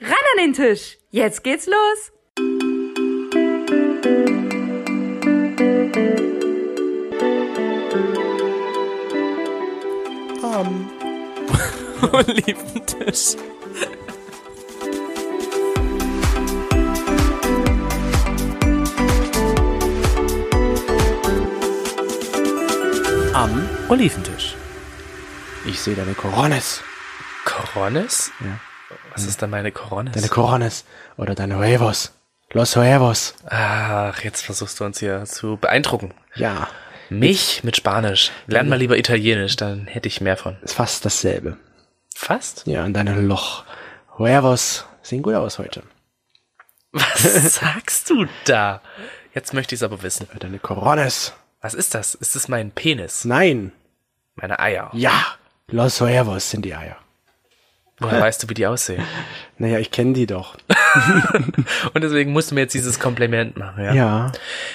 an den Tisch. Jetzt geht's los. und lieben Tisch. Am Oliventisch. Ich sehe deine Coronis. Coronis? Ja. Was ist denn meine Coronis? Deine Coronis. Oder deine Huevos. Los Huevos. Ach, jetzt versuchst du uns hier zu beeindrucken. Ja, Mich mit Spanisch. Lern mal lieber Italienisch, dann hätte ich mehr von. ist fast dasselbe. Fast? Ja, und deine Loch. Huevos sehen gut aus heute. Was sagst du da? Jetzt möchte ich es aber wissen. Oder Äh, Deine Coronis. Was ist das? Ist es mein Penis? Nein. Meine Eier? Ja. Los Huevos sind die Eier. Woher weißt du, wie die aussehen? Naja, ich kenne die doch. Und deswegen musst du mir jetzt dieses Kompliment machen, ja? Ja.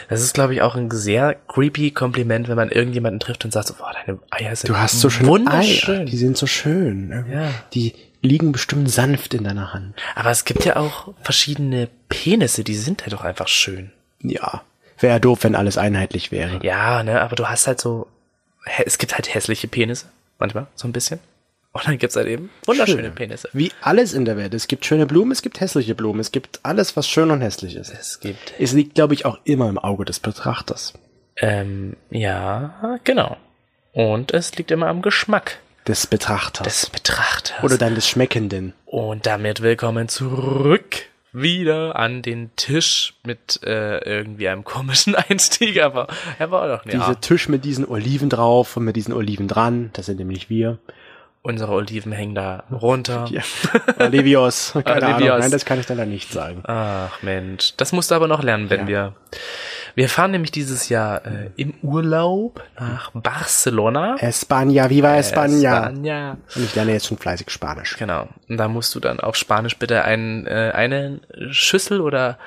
Das ist, glaube ich, auch ein sehr creepy Kompliment, wenn man irgendjemanden trifft und sagt so, boah, deine Eier sind Du hast so schöne wunderschön. Eier. Die sind so schön. Ja. Die liegen bestimmt sanft in deiner Hand. Aber es gibt ja auch verschiedene Penisse, die sind halt doch einfach schön. Ja. Wäre ja doof, wenn alles einheitlich wäre. Ja, ne, aber du hast halt so, hä- es gibt halt hässliche Penisse, manchmal, so ein bisschen. Und dann gibt's halt eben wunderschöne Schöne. Penisse. Wie alles in der Welt. Es gibt schöne Blumen, es gibt hässliche Blumen, es gibt alles, was schön und hässlich ist. Es gibt, Es liegt, glaube ich, auch immer im Auge des Betrachters. ähm, ja, genau. Und es liegt immer am Geschmack Des Betrachters. des Betrachters. Oder dann des Schmeckenden. Und damit willkommen zurück wieder an den Tisch mit äh, irgendwie einem komischen Einstieg, aber er war doch nicht. Dieser Tisch mit diesen Oliven drauf und mit diesen Oliven dran, das sind nämlich wir. Unsere Oliven hängen da runter. Ja. Olivios, keine Ahnung. Olivios. Nein, das kann ich leider nicht sagen. Ach Mensch, das musst du aber noch lernen, wenn wir. Wir fahren nämlich dieses Jahr äh, im Urlaub nach Barcelona. España, viva España. España. Und ich lerne jetzt schon fleißig Spanisch. Genau. Und da musst du dann auf Spanisch bitte ein, äh, eine Schüssel oder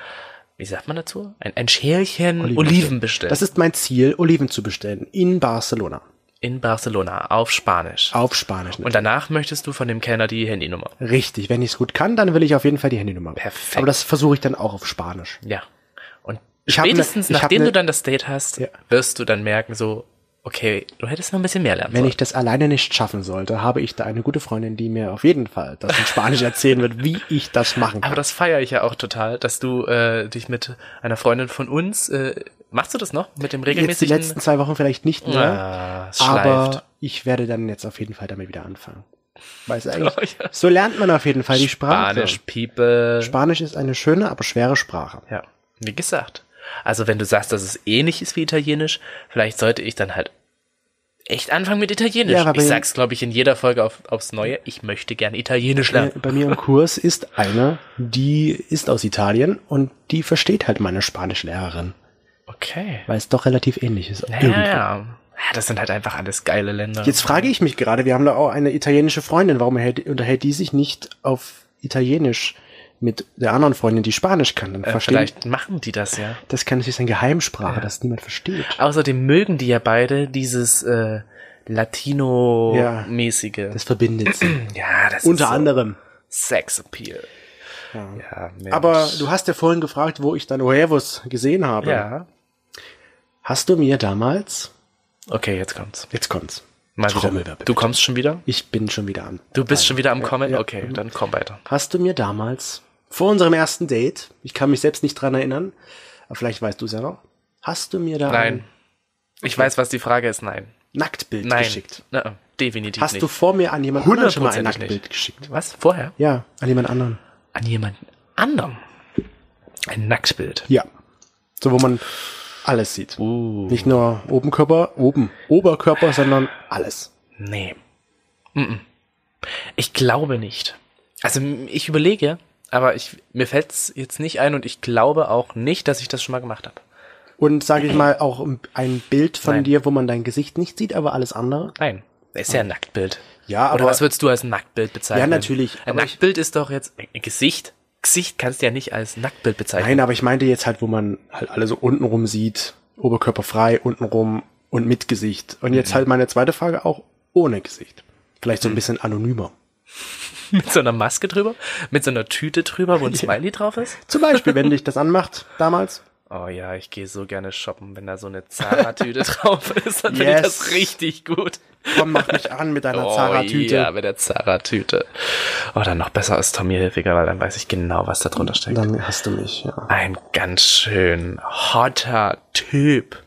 wie sagt man dazu? Ein, ein Schälchen Oliven, bestellen. Das ist mein Ziel, Oliven zu bestellen in Barcelona. in Barcelona auf Spanisch. Auf Spanisch. Und danach möchtest du von dem Kellner die Handynummer. Richtig, wenn ich es gut kann, dann will ich auf jeden Fall die Handynummer. Perfekt. Aber das versuche ich dann auch auf Spanisch. Ja. Und Ich hab ne- spätestens ich hab nachdem ne- du dann das Date hast, Ja. wirst du dann merken, so, okay, du hättest noch ein bisschen mehr lernen Wenn sollen. ich das alleine nicht schaffen sollte, habe ich da eine gute Freundin, die mir auf jeden Fall das in Spanisch erzählen wird, wie ich das machen Aber kann. das feiere ich ja auch total, dass du äh, dich mit einer Freundin von uns, äh, machst du das noch? Mit dem Jetzt die regelmäßigen... letzten zwei Wochen vielleicht nicht mehr, ah, es schleift. aber ich werde dann jetzt auf jeden Fall damit wieder anfangen. Weißt du eigentlich? Oh, ja. So lernt man auf jeden Fall die Sprache. Spanisch, People. Spanisch ist eine schöne, aber schwere Sprache. ja, wie gesagt. Also wenn du sagst, dass es ähnlich ist wie Italienisch, vielleicht sollte ich dann halt echt anfangen mit Italienisch. Ja, aber bei- ich sag's, glaube ich, in jeder Folge auf, aufs Neue. Ich möchte gerne Italienisch lernen. Äh, Bei mir im Kurs ist eine, die ist aus Italien und die versteht halt meine Spanischlehrerin, Okay. weil es doch relativ ähnlich ist. Ja, Irgendwie. ja. ja, das sind halt einfach alles geile Länder. Jetzt frage ich mich gerade, wir haben da auch eine italienische Freundin, warum hält, unterhält die sich nicht auf Italienisch mit der anderen Freundin, die Spanisch kann? Dann äh, verstehe ich, vielleicht machen die das ja. das kann natürlich sein Geheimsprache, dass niemand versteht. Außerdem mögen die ja beide dieses äh, Latino-mäßige. Ja, Das verbindet sie. das Unter so anderem. Sexappeal. Ja. Ja, Mensch. Aber du hast ja vorhin gefragt, wo ich dann Huevos gesehen habe. ja. Hast du mir damals, Okay, jetzt kommt's. jetzt kommt's, Mal wieder. Trommelwirbel, Du kommst schon wieder? ich bin schon wieder an. Du bist schon wieder am Kommen? ja. Mhm. Okay, dann komm weiter. Hast du mir damals, vor unserem ersten Date, ich kann mich selbst nicht dran erinnern, aber vielleicht weißt du es ja noch, hast du mir da Nein. ein Ich weiß, was die Frage ist. Nein. Nacktbild Nein. geschickt? Na, definitiv Hast nicht. du vor mir an jemand anderen schon mal ein Hundertprozentig Nacktbild geschickt? was? Vorher? Ja, an jemand anderen. An jemand anderem. Ein Nacktbild. Ja. So, wo man alles sieht. Uh. Nicht nur Obenkörper, oben, Oberkörper, sondern alles. Nee. Mm-mm. Ich glaube nicht. Also m- ich überlege, aber ich, mir fällt's jetzt nicht ein und ich glaube auch nicht, dass ich das schon mal gemacht habe. Und sage ich mal, auch ein Bild von Nein. dir, wo man dein Gesicht nicht sieht, aber alles andere. Nein. Ist ja ein Nacktbild. Ja, Oder aber- was würdest du als Nacktbild bezeichnen? Ja, natürlich, Ein aber ich- Nacktbild ist doch jetzt ein Gesicht. Gesicht kannst du ja nicht als Nacktbild bezeichnen. Nein, aber ich meinte jetzt halt, wo man halt alle so untenrum sieht, Oberkörper frei, untenrum Mhm. und mit Gesicht. Und jetzt halt meine zweite Frage auch ohne Gesicht. Vielleicht so ein bisschen anonymer. Mit so einer Maske drüber, mit so einer Tüte drüber, wo ein Smiley drauf ist. Zum Beispiel, wenn dich das anmacht, damals. Oh ja, ich gehe so gerne shoppen, wenn da so eine Zara-Tüte drauf ist, dann finde ich Yes. das richtig gut. Oh Komm, mach mich an mit deiner Zara-Tüte. ja, mit der Zara-Tüte. Oh, dann noch besser als Tommy Hilfiger, weil dann weiß ich genau, was da drunter steckt. Dann hast du mich, ja. Ein ganz schön hotter Typ.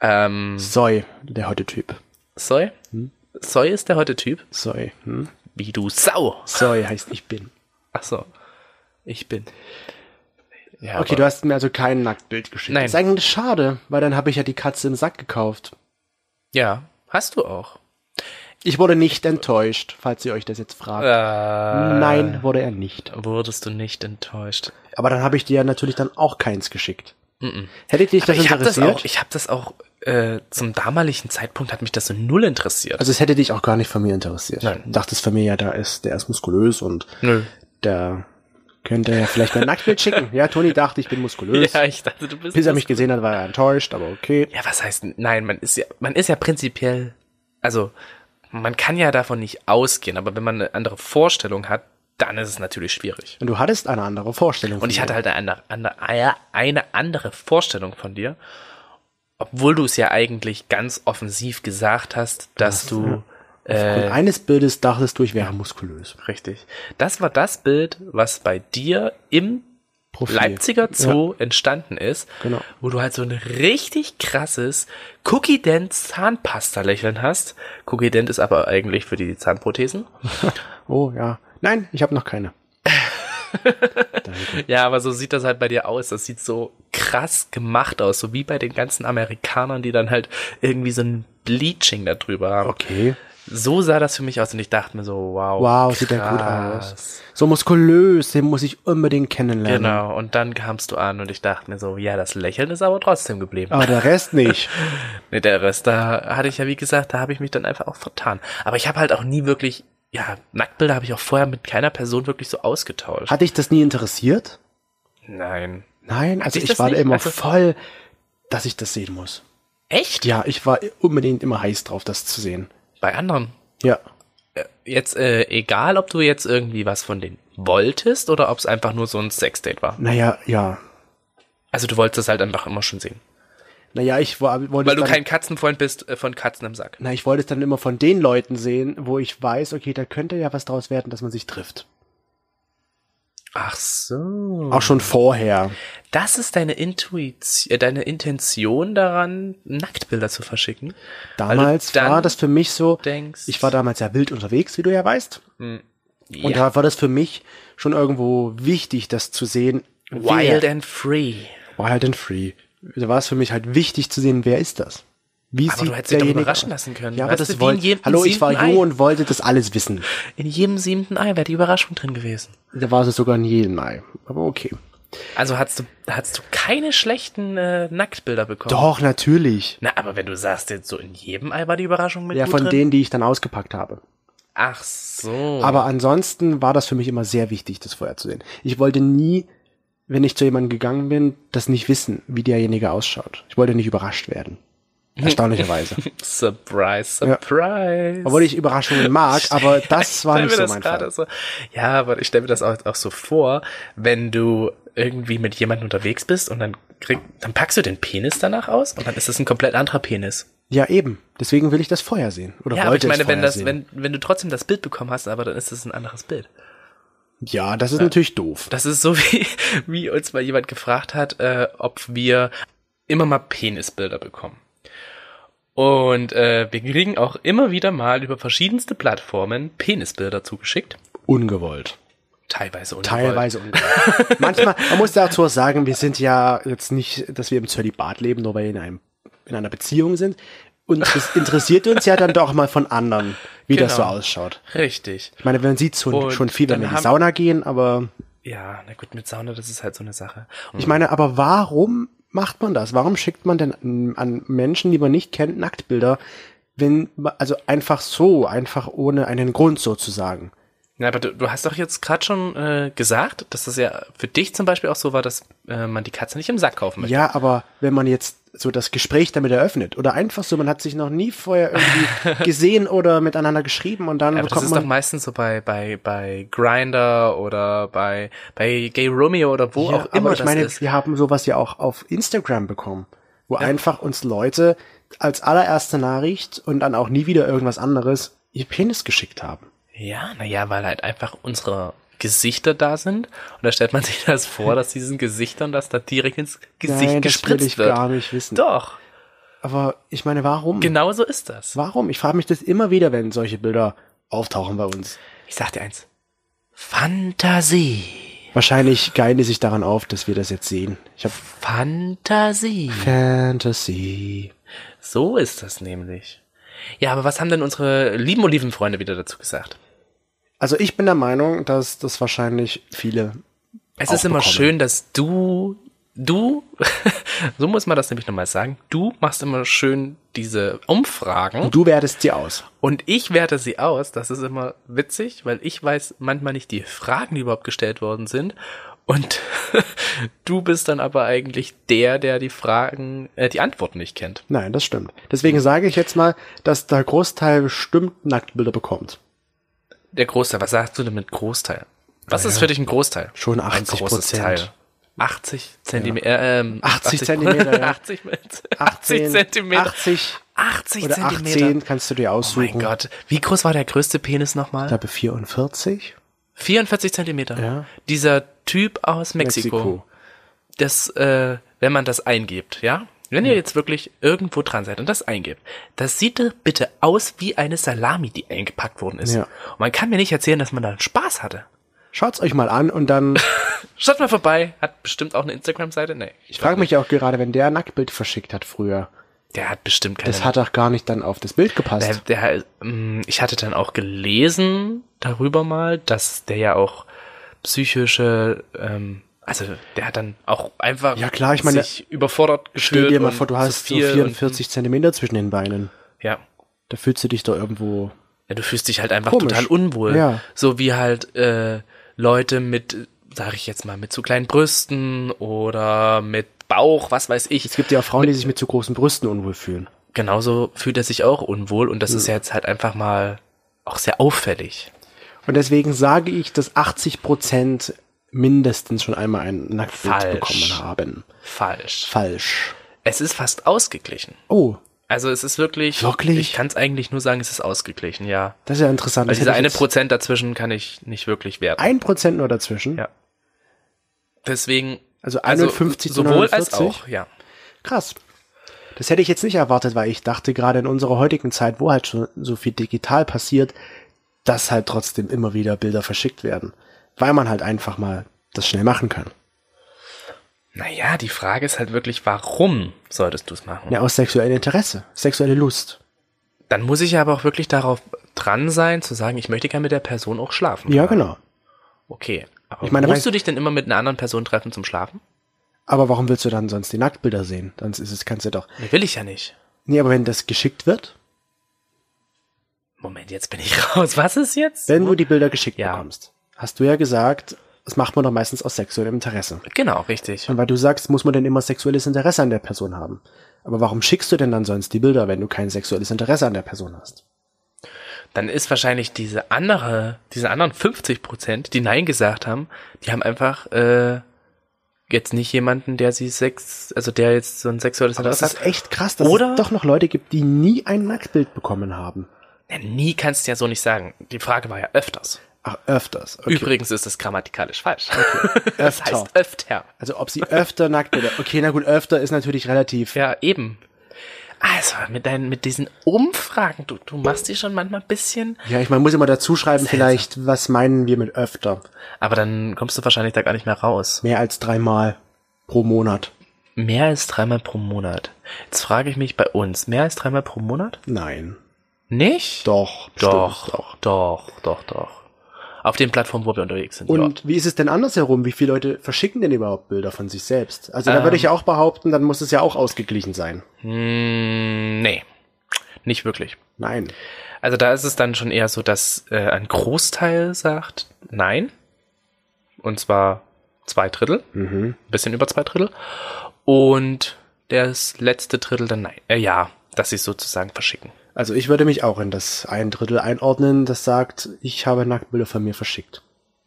Ähm, Soy, der heute Typ. Soy? Soy ist der heute Typ? Soy. Hm? Wie du Sau. Soy heißt ich bin. Ach so. Ich bin. Ja, Okay, du hast mir also kein Nacktbild geschickt. Nein. Ist eigentlich schade, weil dann habe ich ja die Katze im Sack gekauft. ja, hast du auch. Ich wurde nicht enttäuscht, falls ihr euch das jetzt fragt. Äh, Nein, wurde er nicht. Wurdest du nicht enttäuscht? Aber dann habe ich dir ja natürlich dann auch keins geschickt. Hätte dich das ich habe das interessiert? auch, ich hab das auch äh, zum damaligen Zeitpunkt hat mich das so null interessiert. also es hätte dich auch gar nicht von mir interessiert. Nein. Du dachtest von mir, ja, da ist, der ist muskulös und Nö. der könnte ja vielleicht mein Nacktbild schicken. Ja, Toni dachte, ich bin muskulös. ja, ich dachte, du bist. Bis er mich gesehen hat, war er enttäuscht, aber okay. ja, was heißt, nein, man ist ja, man ist ja prinzipiell, also man kann ja davon nicht ausgehen, aber wenn man eine andere Vorstellung hat, dann ist es natürlich schwierig. Und du hattest eine andere Vorstellung. von Und ich mir. hatte halt eine, eine, eine andere Vorstellung von dir, obwohl du es ja eigentlich ganz offensiv gesagt hast, dass du Aufgrund eines Bildes dachtest du, ich wäre muskulös. Richtig. Das war das Bild, was bei dir im Profil. Leipziger Zoo entstanden ist, Genau. wo du halt so ein richtig krasses Cookie Dent Zahnpasta lächeln hast. Cookie Dent ist aber eigentlich für die Zahnprothesen. Oh ja. Nein, ich habe noch keine. Danke. Ja, aber so sieht das halt bei dir aus. Das sieht so krass gemacht aus, so wie bei den ganzen Amerikanern, die dann halt irgendwie so ein Bleaching da drüber haben. Okay. So sah das für mich aus und ich dachte mir so, wow. Wow, sieht ja gut aus. So muskulös, den muss ich unbedingt kennenlernen. Genau, und dann kamst du an und ich dachte mir so, ja, das Lächeln ist aber trotzdem geblieben. Aber der Rest nicht. Nee, der Rest, da hatte ich ja, wie gesagt, da habe ich mich dann einfach auch vertan. Aber ich habe halt auch nie wirklich, ja, Nacktbilder habe ich auch vorher mit keiner Person wirklich so ausgetauscht. Hat dich das nie interessiert? Nein. Nein, also dich ich das war da nicht? immer Also- voll, dass ich das sehen muss. Echt? Ja, ich war unbedingt immer heiß drauf, das zu sehen. Bei anderen. Ja. Jetzt, äh, egal, ob du jetzt irgendwie was von denen wolltest oder ob es einfach nur so ein Sexdate war. Naja, ja. Also du wolltest es halt einfach immer schon sehen. Naja, ich war, wollte Weil du es dann, kein Katzenfreund bist äh, von Katzen im Sack. na, ich wollte es dann immer von den Leuten sehen, wo ich weiß, okay, da könnte ja was draus werden, dass man sich trifft. Ach so. Auch schon vorher. Das ist deine Intuition, äh, deine Intention daran, Nacktbilder zu verschicken. Weil du Damals dann war das für mich so, denkst- ich war damals ja wild unterwegs, wie du ja weißt. Ja. Und da war das für mich schon irgendwo wichtig, das zu sehen. Wild wer, and free. wild and halt free. Da war es für mich halt wichtig zu sehen, wer ist das? Wie Aber sieht du hättest dich doch derjenige überraschen aus? lassen können. Ja, aber Weißt du, das wie in wollte jedem Hallo, ich war siebten jung Ei. und wollte das alles wissen. In jedem siebten Ei wäre die Überraschung drin gewesen. Da war es sogar in jedem Ei. Aber okay. Also hast du, hast du keine schlechten äh, Nacktbilder bekommen. Doch, natürlich. Na, aber wenn du sagst, jetzt so in jedem Ei war die Überraschung mit Ja, gut von drin. denen, die ich dann ausgepackt habe. Ach so. Aber ansonsten war das für mich immer sehr wichtig, das vorher zu sehen. Ich wollte nie, wenn ich zu jemandem gegangen bin, das nicht wissen, wie derjenige ausschaut. Ich wollte nicht überrascht werden. Erstaunlicherweise. surprise, surprise. Obwohl ich Überraschungen mag, aber das war Stell nicht mir so das mein gerade Fall. So, ja, aber ich stelle mir das auch, auch so vor, wenn du irgendwie mit jemandem unterwegs bist und dann krieg, dann packst du den Penis danach aus und dann ist es ein komplett anderer Penis. Ja, eben. Deswegen will ich das vorher sehen. Oder Ja, aber ich wollte meine, es wenn vorher das, sehen. wenn, wenn du trotzdem das Bild bekommen hast, aber dann ist es ein anderes Bild. ja, das ist natürlich doof. Das ist so wie, wie uns mal jemand gefragt hat, äh, ob wir immer mal Penisbilder bekommen. Und äh, wir kriegen auch immer wieder mal über verschiedenste Plattformen Penisbilder zugeschickt. Ungewollt. Teilweise und Teilweise ungewollt. Manchmal, man muss dazu auch sagen, wir sind ja jetzt nicht, dass wir im Zölibat leben, nur weil wir in, einem, in einer Beziehung sind. Und es interessiert uns ja dann doch mal von anderen, wie das so Genau. ausschaut. Richtig. Ich meine, man sieht schon, Und schon viel, dann wenn wir in die haben- Sauna gehen, aber Ja, na gut, mit Sauna, das ist halt so eine Sache. ich meine, aber warum macht man das? Warum schickt man denn an- an Menschen, die man nicht kennt, Nacktbilder, wenn, ma- also einfach so, einfach ohne einen Grund sozusagen? Na, aber du, du hast doch jetzt gerade schon äh, gesagt, dass das ja für dich zum Beispiel auch so war, dass äh, man die Katze nicht im Sack kaufen möchte. Ja, aber wenn man jetzt so das Gespräch damit eröffnet oder einfach so, man hat sich noch nie vorher irgendwie gesehen oder miteinander geschrieben und dann Ja, aber das bekommt ist doch man. meistens so bei, bei, bei Grinder oder bei, bei Gay Romeo oder wo ja, auch immer aber ich das meine, ist. wir haben sowas ja auch auf Instagram bekommen, wo einfach uns Leute als allererste Nachricht und dann auch nie wieder irgendwas anderes ihr Penis geschickt haben. Ja, naja, weil halt einfach unsere Gesichter da sind. Und da stellt man sich das vor, dass diesen Gesichtern das da direkt ins Gesicht Nein, das will gespritzt ich wird. gar nicht wissen. Doch, Aber ich meine, warum? genau so ist das. Warum? Ich frage mich das immer wieder, wenn solche Bilder auftauchen bei uns. Ich sag dir eins. Fantasie. Wahrscheinlich geilen die sich daran auf, dass wir das jetzt sehen. Ich habe Fantasie. Fantasy. So ist das nämlich. Ja, aber was haben denn unsere lieben Olivenfreunde wieder dazu gesagt? Also ich bin der Meinung, dass das wahrscheinlich viele. Es ist immer aufbekommen. schön, dass du, du, so muss man das nämlich nochmal sagen, du machst immer schön diese Umfragen Du wertest sie aus. und ich werte sie aus. Das ist immer witzig, weil ich weiß manchmal nicht die Fragen, die überhaupt gestellt worden sind. Und du bist dann aber eigentlich der, der die Fragen, äh, die Antworten nicht kennt. Nein, das stimmt. Deswegen sage ich jetzt mal, dass der Großteil bestimmt Nacktbilder bekommt. Der Großteil, was sagst du denn mit Großteil? Was ist für dich ein Großteil? Schon Ein 80%. großes Teil. 80 Zentimeter, äh, ähm, 80 Zentimeter, ja. 80, 80 Zentimeter. 80 80 oder Zentimeter. 18 kannst du dir Oh mein aussuchen. Gott. Wie groß war der größte Penis nochmal? Ich glaube 44. 44 Zentimeter. Ja. Dieser Typ aus Mexiko. Das, äh, wenn man das eingibt, ja? Wenn ihr jetzt wirklich irgendwo dran seid und das eingibt, das sieht doch bitte aus wie eine Salami, die eingepackt worden ist. Ja. Und man kann mir nicht erzählen, dass man da Spaß hatte. Schaut's euch mal an und dann. Schaut mal vorbei. Hat bestimmt auch eine Instagram-Seite? Nee. Ich frage mich ja auch gerade, wenn der Nacktbild verschickt hat früher, Der hat bestimmt keine. das hat doch gar nicht dann auf das Bild der, gepasst. der, ähm, ich hatte dann auch gelesen darüber mal, dass der ja auch psychische, ähm, also der hat dann auch einfach Ja, klar, ich meine, sich überfordert gefühlt. Stell dir mal und vor, du zu hast so viel und- 44 Zentimeter zwischen den Beinen. ja. Da fühlst du dich doch irgendwo. ja, du fühlst dich halt einfach Komisch. total unwohl. Ja. So wie halt äh, Leute mit, sag ich jetzt mal, mit zu kleinen Brüsten oder mit Bauch, was weiß ich. Es gibt ja auch Frauen, die sich mit zu großen Brüsten unwohl fühlen. genauso fühlt er sich auch unwohl und das ist ja jetzt halt einfach mal auch sehr auffällig. Und deswegen sage ich, dass 80 Prozent mindestens schon einmal ein Nacktbild Falsch. bekommen haben. Falsch. Falsch. Es ist fast ausgeglichen. Oh, Also es ist wirklich. Wirklich? Ich kann es eigentlich nur sagen, es ist ausgeglichen, ja. das ist ja interessant. Weil Das Also diese hätte eine ich jetzt- Prozent dazwischen kann ich nicht wirklich werten. ein Prozent nur dazwischen. Ja. Deswegen. Also 51 zu sowohl als 49? auch, ja. Krass. Das hätte ich jetzt nicht erwartet, weil ich dachte gerade in unserer heutigen Zeit, wo halt schon so viel digital passiert, dass halt trotzdem immer wieder Bilder verschickt werden. Weil man halt einfach mal das schnell machen kann. Naja, die Frage ist halt wirklich, warum solltest du es machen? Ja, aus sexuellem Interesse, sexuelle Lust. Dann muss ich ja aber auch wirklich darauf dran sein, zu sagen, ich möchte gerne mit der Person auch schlafen. Ja, genau. Okay. Aber Ich meine, musst weil- du dich denn immer mit einer anderen Person treffen zum Schlafen? Aber warum willst du dann sonst die Nacktbilder sehen? Sonst ist es, kannst du doch. Nee, will ich ja nicht. Nee, aber wenn das geschickt wird, Moment, jetzt bin ich raus. Was ist jetzt? wenn du die Bilder geschickt Hm? Ja. bekommst, hast du ja gesagt, das macht man doch meistens aus sexuellem Interesse. Genau, richtig. Und weil du sagst, muss man denn immer sexuelles Interesse an der Person haben. Aber warum schickst du denn dann sonst die Bilder, wenn du kein sexuelles Interesse an der Person hast? Dann ist wahrscheinlich diese andere, diese anderen 50 Prozent, die Nein gesagt haben, die haben einfach äh, jetzt nicht jemanden, der sie sex, also der jetzt so ein sexuelles Aber das Interesse ist hat. echt krass, dass Oder- es doch noch Leute gibt, die nie ein Nacktbild bekommen haben. Ja, nie kannst du ja so nicht sagen. Die Frage war ja öfters. Ach, öfters. Okay. Übrigens ist das grammatikalisch falsch. Das öfter. heißt öfter. Also ob sie öfter Nacktbilder. Okay, na gut, öfter ist natürlich relativ. Ja, eben. Also, mit deinen, mit diesen Umfragen, du, du machst die schon manchmal ein bisschen, Ja, ich meine, muss immer dazu schreiben, vielleicht, was meinen wir mit öfter? aber dann kommst du wahrscheinlich da gar nicht mehr raus. Mehr als dreimal pro Monat. Mehr als dreimal pro Monat. Jetzt frage ich mich bei uns, mehr als dreimal pro Monat? Nein. Nicht? Doch. doch, bestimmt, doch, doch, doch, doch. Auf den Plattformen, wo wir unterwegs sind. Und wie ist es denn andersherum? Wie viele Leute verschicken denn überhaupt Bilder von sich Ähm. selbst? Also da würde ich ja auch behaupten, dann muss es ja auch ausgeglichen sein. ja. Hm, nee. Nicht wirklich. Nein. Also da ist es dann schon eher so, dass äh, ein Großteil sagt nein. Und zwar zwei Drittel, Mhm. ein bisschen über zwei Drittel. Und das letzte Drittel dann nein. Äh, ja, dass sie es sozusagen verschicken. Also ich würde mich auch in das ein Drittel einordnen, das sagt, ich habe Nacktbilder von mir verschickt.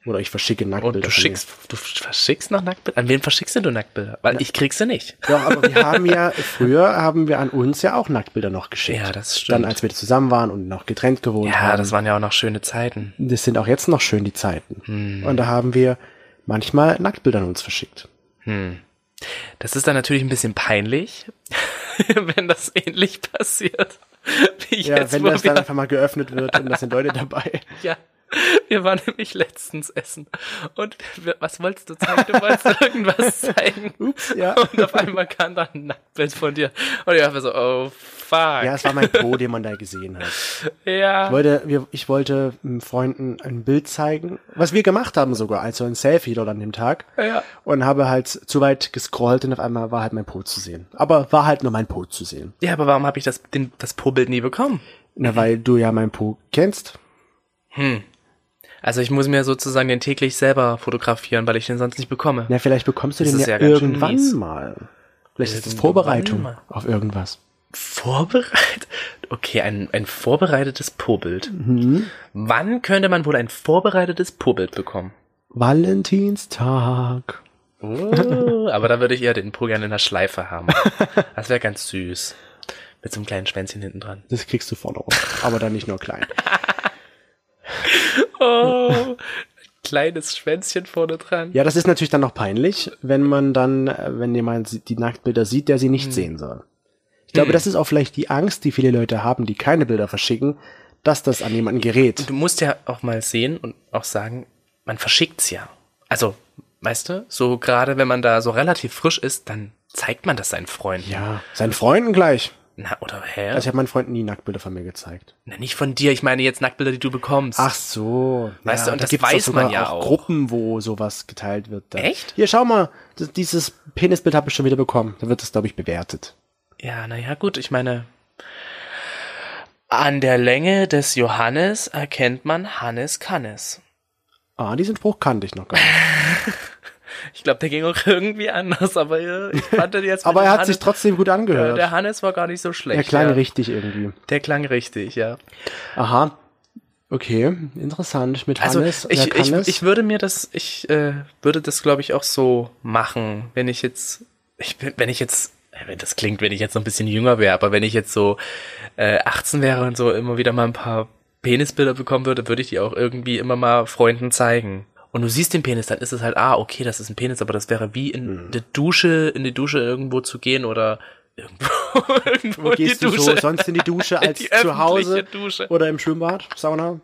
Oder ich verschicke Nacktbilder. Und du von schickst, du verschickst noch Nacktbilder? An wen verschickst denn du Nacktbilder? Weil ich krieg sie nicht. Mir. Ja, aber wir haben ja, früher haben wir an uns ja auch Nacktbilder noch geschickt. Ja, das stimmt. Dann, als wir zusammen waren und noch getrennt gewohnt Ja, haben. das waren ja auch noch schöne Zeiten. das sind auch jetzt noch schön die Zeiten. Und da haben wir manchmal Nacktbilder an uns verschickt. Das ist dann natürlich ein bisschen peinlich, wenn das ähnlich passiert. Wie Ja, jetzt, wenn wo das wir, dann einfach mal geöffnet wird und da sind Leute dabei. ja, wir waren nämlich letztens essen. Und wir, was wolltest du zeigen? Du wolltest irgendwas zeigen. Ups, ja. Und auf einmal kam da ein Nacktbild von dir. Und ich war so, oh fuck. Ja, es war mein Po, den man da gesehen hat. Ich ja. wollte, wir, ich wollte ähm, Freunden ein Bild zeigen, was wir gemacht haben sogar, also ein Selfie dort an dem Tag. Ja. Und habe halt zu weit gescrollt und auf einmal war halt mein Po zu sehen. Aber war halt nur mein Po zu sehen. ja, aber warum habe ich das, den, das Po-Bild nie bekommen? Na, weil du ja mein Po kennst. Also ich muss mir sozusagen den täglich selber fotografieren, weil ich den sonst nicht bekomme. Na, vielleicht bekommst du Das den ist ja, ja ganz schön irgendwann mies. mal. Vielleicht ist das Irgendwann Vorbereitung mal. auf irgendwas. Vorbereitet? Okay, ein, ein vorbereitetes Pobild. Wann könnte man wohl ein vorbereitetes Pobild bekommen? Valentinstag. Oh, aber da würde ich eher den Po gerne in der Schleife haben. Das wäre ganz süß. Mit so einem kleinen Schwänzchen hinten dran. Das kriegst du vorne drauf. Aber dann nicht nur klein. Oh, kleines Schwänzchen vorne dran. Ja, das ist natürlich dann noch peinlich, wenn man dann, äh, wenn jemand sie- die Nacktbilder sieht, der sie Hm. nicht sehen soll. Ich glaube, das ist auch vielleicht die Angst, die viele Leute haben, die keine Bilder verschicken, dass das an jemanden gerät. Du musst ja auch mal sehen und auch sagen, man verschickt's ja. Also, weißt du, so gerade wenn man da so relativ frisch ist, dann zeigt man das seinen Freunden. Ja, seinen Freunden gleich. Na, oder hä? Also ich habe meinen Freunden nie Nacktbilder von mir gezeigt. Na, nicht von dir, ich meine jetzt Nacktbilder, die du bekommst. Ach so. Weißt du, und da das gibt's doch weiß sogar man ja auch. Gruppen, wo sowas geteilt wird. Da. Echt? Hier, schau mal, das, dieses Penisbild habe ich schon wieder bekommen. Da wird das, glaube ich, bewertet. Ja, naja, gut, ich meine. An der Länge des Johannes erkennt man Hannes Kannes. Ah, diesen Spruch kannte ich noch gar nicht. Ich glaube, der ging auch irgendwie anders, aber äh, ich fand den jetzt. mit Aber dem er hat Hannes- sich trotzdem gut äh, angehört. Der Hannes war gar nicht so schlecht. er klang ja. richtig irgendwie. Der klang richtig, ja. Aha. Okay, interessant. Mit Also Hannes. ich, wer kann ich, es? ich würde mir das, ich äh, würde das, glaube ich, auch so machen, wenn ich jetzt, ich bin, wenn ich jetzt, äh, wenn das klingt, wenn ich jetzt noch ein bisschen jünger wäre, aber wenn ich jetzt so äh, 18 wäre und so immer wieder mal ein paar Penisbilder bekommen würde, würde ich die auch irgendwie immer mal Freunden zeigen. Und du siehst den Penis, dann ist es halt, ah, okay, das ist ein Penis, aber das wäre wie Hm. in die Dusche, in die Dusche irgendwo zu gehen oder irgendwo, irgendwo Wo in die gehst du so Dusche. sonst in die Dusche als die zu Hause öffentliche Dusche. oder im Schwimmbad, Sauna?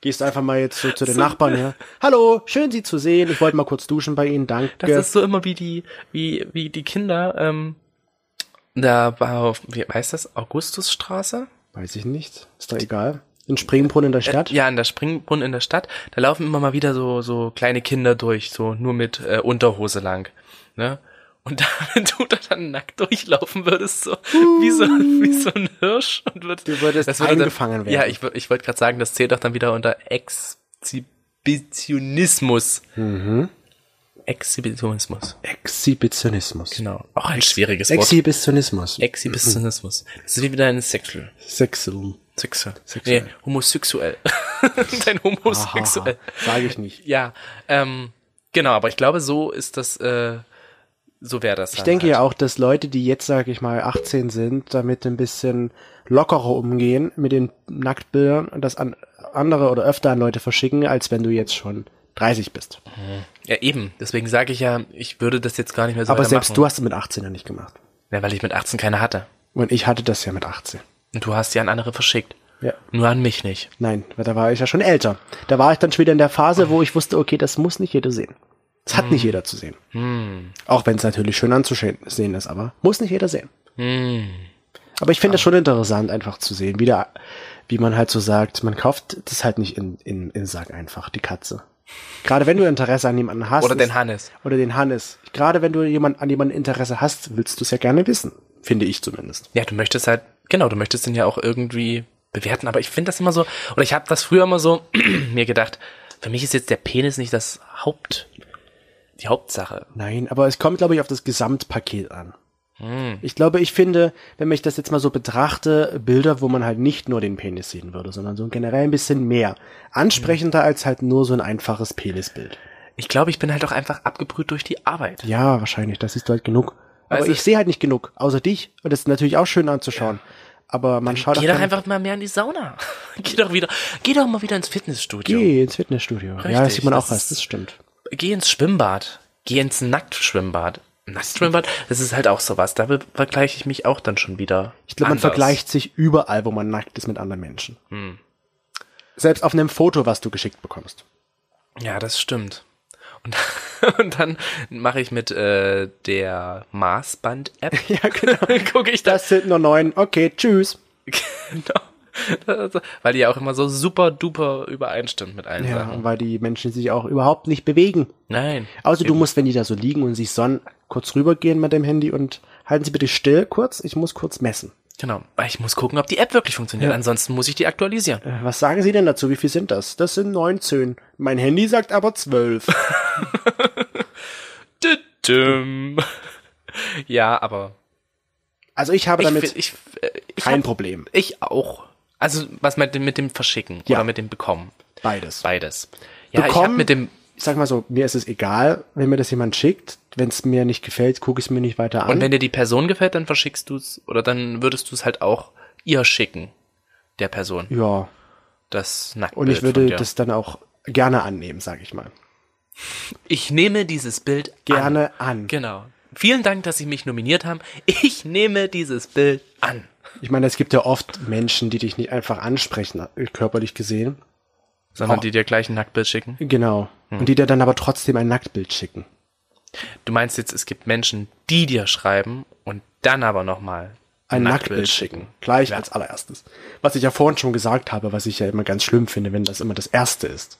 Gehst einfach mal jetzt so zu den Nachbarn her. Hallo, schön Sie zu sehen. Ich wollte mal kurz duschen bei Ihnen. Danke. Das ist so immer wie die, wie, wie die Kinder, ähm, da war auf, wie heißt das, Augustusstraße? Äh, Weiß ich nicht. Ist doch egal. In Springbrunnen in der Stadt. Ja, in der Springbrunnen in der Stadt, da laufen immer mal wieder so, so kleine Kinder durch, so nur mit äh, Unterhose lang, ne? Und da, wenn du da dann nackt durchlaufen würdest, so, wie so, wie so ein Hirsch und würd, Du würdest eingefangen dann, werden. Ja, ich, wür- ich wollte gerade sagen, das zählt doch dann wieder unter Exhibitionismus. Mhm. Exhibitionismus. Exhibitionismus. Genau. Auch ein schwieriges Wort. Exhibitionismus. Exhibitionismus. Das ist wie wieder ein Sexual. Sexum. Sexual. Sexuell. Nee, homosexuell. Dein homosexuell. Sage ich nicht. Ja, ähm, genau, aber ich glaube, so ist das, äh, so wäre das. halt. Ich denke ja auch, dass Leute, die jetzt, sage ich mal, 18 sind, damit ein bisschen lockerer umgehen mit den Nacktbildern und das an andere oder öfter an Leute verschicken, als wenn du jetzt schon 30 bist. Ja, eben. Deswegen sage ich ja, ich würde das jetzt gar nicht mehr so Aber weiter selbst machen. du hast es mit 18 ja nicht gemacht. Ja, weil ich mit 18 keine hatte. Und ich hatte das ja mit 18. Und du hast die an andere verschickt. Ja. Nur an mich nicht. Nein, weil da war ich ja schon älter. Da war ich dann schon wieder in der Phase, wo ich wusste, okay, das muss nicht jeder sehen. Das hat Hm. nicht jeder zu sehen. Auch wenn es natürlich schön anzusehen ist, aber muss nicht jeder sehen. Hm. Aber ich finde Ah. das schon interessant, einfach zu sehen, wie, da, wie man halt so sagt, man kauft das halt nicht in, in, in Sack einfach, die Katze. Gerade wenn du Interesse an jemanden hast. Oder den ist- Hannes. Oder den Hannes. Gerade wenn du jemand, an jemanden Interesse hast, willst du es ja gerne wissen. Finde ich zumindest. Ja, du möchtest halt genau, du möchtest den ja auch irgendwie bewerten, aber ich finde das immer so, oder ich habe das früher immer so mir gedacht, für mich ist jetzt der Penis nicht das Haupt, die Hauptsache. Nein, aber es kommt, glaube ich, auf das Gesamtpaket an. Hm. Ich glaube, ich finde, wenn ich das jetzt mal so betrachte, Bilder, wo man halt nicht nur den Penis sehen würde, sondern so generell ein bisschen mehr. Hm. Ansprechender als halt nur so ein einfaches Penisbild. Ich glaube, ich bin halt auch einfach abgebrüht durch die Arbeit. Ja, wahrscheinlich, das siehst du halt genug. Aber Also- ich sehe halt nicht genug, außer dich. Und das ist natürlich auch schön anzuschauen. Aber man schaut Geh doch keine- einfach mal mehr in die Sauna. geh doch wieder, geh doch mal wieder ins Fitnessstudio. Geh ins Fitnessstudio. ja, das Richtig, sieht man auch das was, ist- das stimmt. Geh ins Schwimmbad. Geh ins Nacktschwimmbad. Nacktschwimmbad, das ist halt auch sowas. Da be- vergleiche ich mich auch dann schon wieder. Ich glaube, man anders. Hm. vergleicht sich überall, wo man nackt ist mit anderen Menschen. Selbst auf einem Foto, was du geschickt bekommst. Ja, das stimmt. Und, und dann mache ich mit äh, der Maßband-App. Ja, genau. Gucke ich das. Das sind nur neun. Okay, tschüss. genau. Weil die ja auch immer so super duper übereinstimmt mit allen Ja, Sachen. und weil die Menschen sich auch überhaupt nicht bewegen. Nein. Also du musst, wenn die da so liegen und sich sonnen, kurz rübergehen mit dem Handy und halten Sie bitte still kurz, ich muss kurz messen. Genau. Weil Ich muss gucken, ob die App wirklich funktioniert. Ansonsten muss ich die aktualisieren. Äh, Was sagen Sie denn dazu? Wie viel sind das? Das sind 19. Mein Handy sagt aber 12. Tü-tüm. Ja, aber Also ich habe ich, damit fi- ich, äh, ich, kein hab- Problem. ich auch. Also was mit dem, mit dem Verschicken Ja. oder mit dem Bekommen. Beides. Beides. Ja, ich Bekommen- habe mit dem Ich sag mal so, mir ist es egal, wenn mir das jemand schickt. Wenn es mir nicht gefällt, gucke ich es mir nicht weiter an. und wenn dir die Person gefällt, dann verschickst du es oder dann würdest du es halt auch ihr schicken, der Person. ja, Das Nacktbild und ich Äh, von würde dir. das dann auch gerne annehmen, sag ich mal. Ich nehme dieses Bild an. Gerne an. Genau. Vielen Dank, dass Sie mich nominiert haben. Ich nehme dieses Bild an. Ich meine, es gibt ja oft Menschen, die dich nicht einfach ansprechen, äh, körperlich gesehen. Sondern Auch- die dir gleich ein Nacktbild schicken. Genau. Und die dir dann aber trotzdem ein Nacktbild schicken. Du meinst jetzt, es gibt Menschen, die dir schreiben und dann aber nochmal Ein Nacktbild, schicken. Gleich als allererstes. Was ich ja vorhin schon gesagt habe, was ich ja immer ganz schlimm finde, wenn das immer das Erste ist.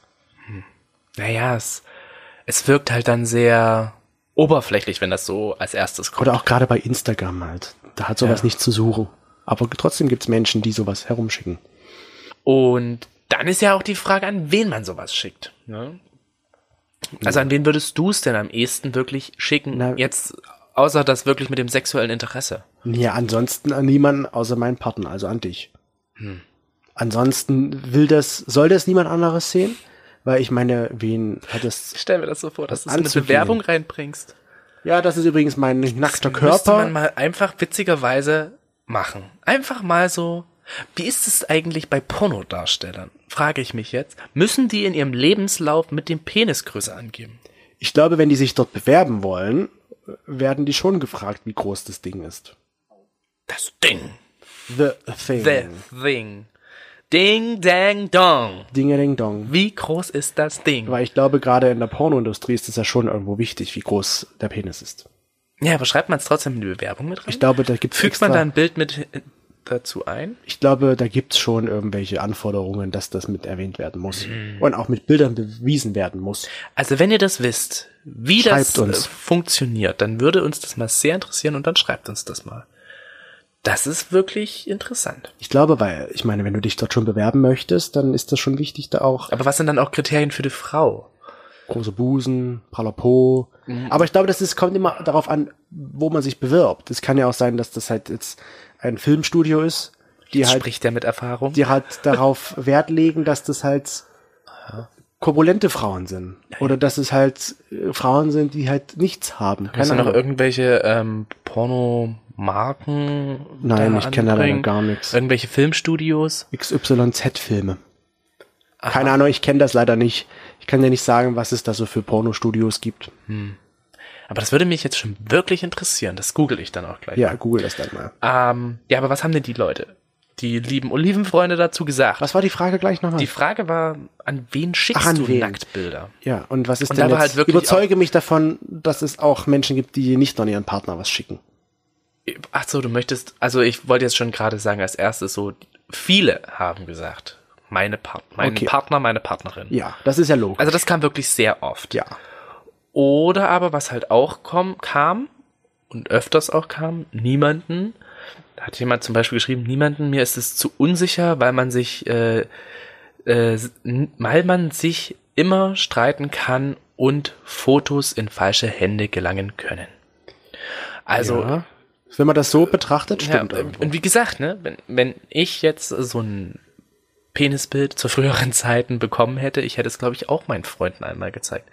Naja, es, es wirkt halt dann sehr oberflächlich, wenn das so als erstes kommt. Oder auch gerade bei Instagram halt. Da hat sowas Ja. nicht zu suchen. Aber trotzdem gibt's Menschen, die sowas herumschicken. Und dann ist ja auch die Frage, an wen man sowas schickt. Ne? Also an wen würdest du es denn am ehesten wirklich schicken? Na- jetzt außer das wirklich mit dem sexuellen Interesse. Ja, ansonsten an niemanden außer meinen Partner, also an dich. Hm. Ansonsten will das, soll das niemand anderes sehen? Weil ich meine, wen hat das? Ich stell mir das so vor, dass du Das so eine anzugehen. Bewerbung reinbringst. Ja, das ist übrigens mein Müsste nackter Körper. man mal einfach witzigerweise machen. Einfach mal so. Wie ist es eigentlich bei Pornodarstellern? Frage ich mich jetzt. Müssen die in ihrem Lebenslauf mit dem Penisgröße angeben? Ich glaube, wenn die sich dort bewerben wollen, werden die schon gefragt, wie groß das Ding ist. Das Ding. The Thing. The Thing. Ding, dang, dong. Ding dong. Wie groß ist das Ding? Weil ich glaube, gerade in der Pornoindustrie ist es ja schon irgendwo wichtig, wie groß der Penis ist. Ja, aber schreibt man es trotzdem in die Bewerbung mit rein? Ich glaube, da gibt's Fügt extra, man da ein Bild mit hin- dazu ein? ich glaube, da gibt's schon irgendwelche Anforderungen, dass das mit erwähnt werden muss. Mhm. Und auch mit Bildern bewiesen werden muss. Also wenn ihr das wisst, wie das Schreibt uns. äh, funktioniert, dann würde uns das mal sehr interessieren und dann schreibt uns das mal. Das ist wirklich interessant. Ich glaube, weil, ich meine, wenn du dich dort schon bewerben möchtest, dann ist das schon wichtig, da auch Aber was sind dann auch Kriterien für die Frau? große Busen, praller Po. Mhm. Aber ich glaube, das ist, kommt immer darauf an, wo man sich bewirbt. Es kann ja auch sein, dass das halt jetzt ein Filmstudio ist, die halt, Spricht der mit Erfahrung? die halt darauf Wert legen, dass das halt korpulente Frauen sind. Oder dass es halt äh, Frauen sind, die halt nichts haben. Müssen Keine noch Ahnung. irgendwelche ähm, Pornomarken? Nein, da ich kenne da leider anbringen? gar nichts. Irgendwelche Filmstudios? XYZ-Filme. Keine Ahnung, ich kenne das leider nicht. Ich kann dir nicht sagen, was es da so für Pornostudios gibt. Aber das würde mich jetzt schon wirklich interessieren. Das google ich dann auch gleich. Ja, google das dann mal. Ähm, ja, aber was haben denn die Leute, die lieben Olivenfreunde dazu gesagt? Was war die Frage gleich nochmal? Die Frage war, an wen schickst Ach, an du wen? Nacktbilder? Ja, und was ist Und denn aber jetzt? halt wirklich Überzeuge mich davon, dass es auch Menschen gibt, die nicht an ihren Partner was schicken. Ach so, du möchtest, also ich wollte jetzt schon gerade sagen, als erstes so, viele haben gesagt, meine Part mein Okay. Partner, meine Partnerin. Ja, das ist ja logisch. Also das kam wirklich sehr oft. ja. Oder aber, was halt auch komm, kam und öfters auch kam, niemanden, Hat jemand zum Beispiel geschrieben, niemanden, mir ist es zu unsicher, weil man sich, äh, äh, weil man sich immer streiten kann und Fotos in falsche Hände gelangen können. Also, ja. Wenn man das so betrachtet, ja, äh, stimmt. irgendwo. und wie gesagt, ne, wenn, wenn ich jetzt so ein Penisbild zu früheren Zeiten bekommen hätte, ich hätte es, glaube ich, auch meinen Freunden einmal gezeigt.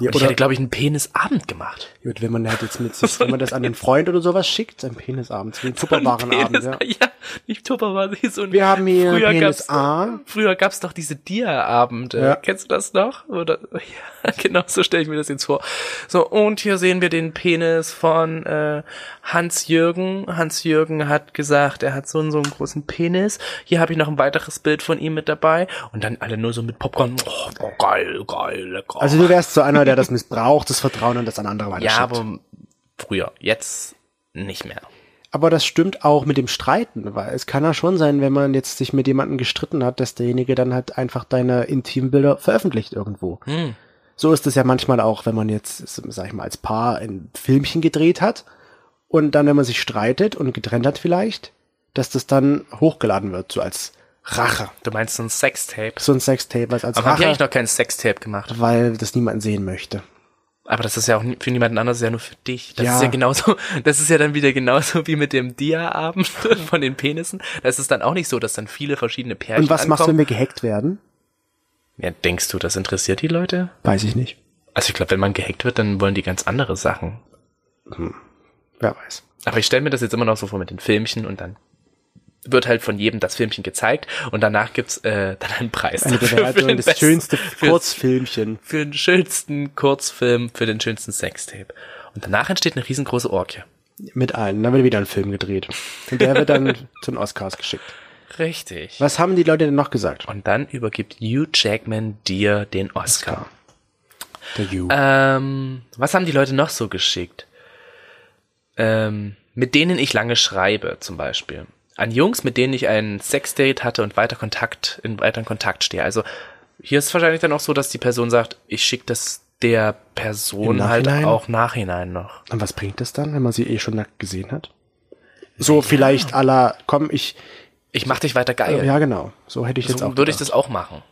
Ja, und ich oder- hätte, glaube ich, einen Penisabend gemacht. Gut, wenn man halt jetzt mit sich, wenn man das an einen Freund oder sowas schickt, ein Penisabend, so einen Tupperwarenabend, Penis, ja. ja, nicht Tupperware, so ein Wir haben hier früher Penis gab's, A. Früher gab's doch diese Dia-Abende. Ja. Kennst du das noch? Oder, ja, genau so stelle ich mir das jetzt vor. So, und hier sehen wir den Penis von äh, Hans-Jürgen. Hans-Jürgen hat gesagt, er hat so und so einen großen Penis. Hier habe ich noch ein weiteres Bild von ihm mit dabei. Und dann alle nur so mit Popcorn. Oh, oh geil, geil, lecker. Also du wärst so einer, der das missbraucht, das Vertrauen und das an andere ja, weiterschickt. aber früher. Jetzt nicht mehr. Aber das stimmt auch mit dem Streiten, weil es kann ja schon sein, wenn man jetzt sich mit jemandem gestritten hat, dass derjenige dann halt einfach deine Intimbilder veröffentlicht irgendwo. Hm. So ist es ja manchmal auch, wenn man jetzt, sag ich mal, als Paar ein Filmchen gedreht hat und dann, wenn man sich streitet und getrennt hat vielleicht, dass das dann hochgeladen wird, so als Rache. Du meinst so ein Sextape. So ein Sextape, als, als Aber hab ich Rache, eigentlich noch kein Sextape gemacht. weil das niemand sehen möchte. Aber das ist ja auch nie- für niemanden anders, ja nur für dich. Das Ja. ist ja genauso, das ist ja dann wieder genauso wie mit dem Dia-Abend von den Penissen. Das ist dann auch nicht so, dass dann viele verschiedene Pärchen Und was machst du, wenn ankommen. wir gehackt werden? Ja, denkst du, das interessiert die Leute? Weiß ich nicht. Also ich glaube, wenn man gehackt wird, dann wollen die ganz andere Sachen. Wer weiß. Aber ich stelle mir das jetzt immer noch so vor mit den Filmchen und dann wird halt von jedem das Filmchen gezeigt und danach gibt's äh, dann einen Preis. Eine dafür, für Bewertung den des besten- schönsten für- Kurzfilmchen. Für den schönsten Kurzfilm, für den schönsten Sextape. Und danach entsteht eine riesengroße Orgie. Mit allen. Dann wird wieder ein Film gedreht. Und der wird dann zu den Oscars geschickt. Richtig. Was haben die Leute denn noch gesagt? Und dann übergibt Hugh Jackman dir den Oscar. Der You. Ähm, was haben die Leute noch so geschickt? Ähm, mit denen ich lange schreibe, zum Beispiel. An Jungs, mit denen ich ein Sexdate hatte und weiter Kontakt, in weiteren Kontakt stehe. Also, hier ist wahrscheinlich dann auch so, dass die Person sagt, ich schicke das der Person Im halt Nachhinein? auch nachhinein noch. Und was bringt das dann, wenn man sie eh schon nackt gesehen hat? So vielleicht aller, komm, ich, Ich mach dich weiter geil. ja genau, so hätte ich jetzt Ah, so auch. würde ich gedacht. das auch machen.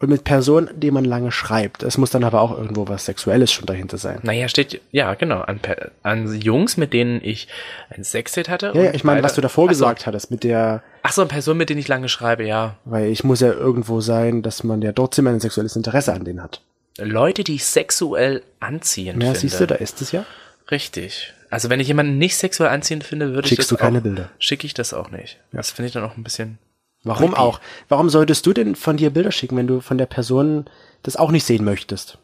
Und mit Personen, die man lange schreibt. Es muss dann aber auch irgendwo was Sexuelles schon dahinter sein. Naja, steht, ja, genau, an, Per- an Jungs, mit denen ich ein Sexdate hatte. Ja, ja, und ich meine, was weiter- du davor Ach so, gesagt hattest mit der, Ach so, Personen, mit denen ich lange schreibe, ja. weil ich muss ja irgendwo sein, dass man ja trotzdem ein sexuelles Interesse an denen hat. Leute, die ich sexuell anziehend Ja, finde. siehst du, da ist es ja. Richtig. Also wenn ich jemanden nicht sexuell anziehend finde, würde ich Schickst das du keine auch, Bilder. Schicke ich das auch nicht. Das finde ich dann auch ein bisschen. Warum creepy. auch? Warum solltest du denn von dir Bilder schicken, wenn du von der Person das auch nicht sehen möchtest?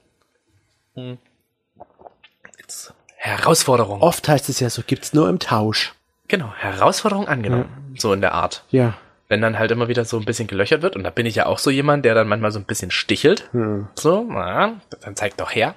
Jetzt Herausforderung. Oft heißt es ja so, gibt's nur im Tausch. Genau, Herausforderung angenommen. So in der Art. Ja. Wenn dann halt immer wieder so ein bisschen gelöchert wird, und da bin ich ja auch so jemand, der dann manchmal so ein bisschen stichelt. So, na, dann zeigt doch her.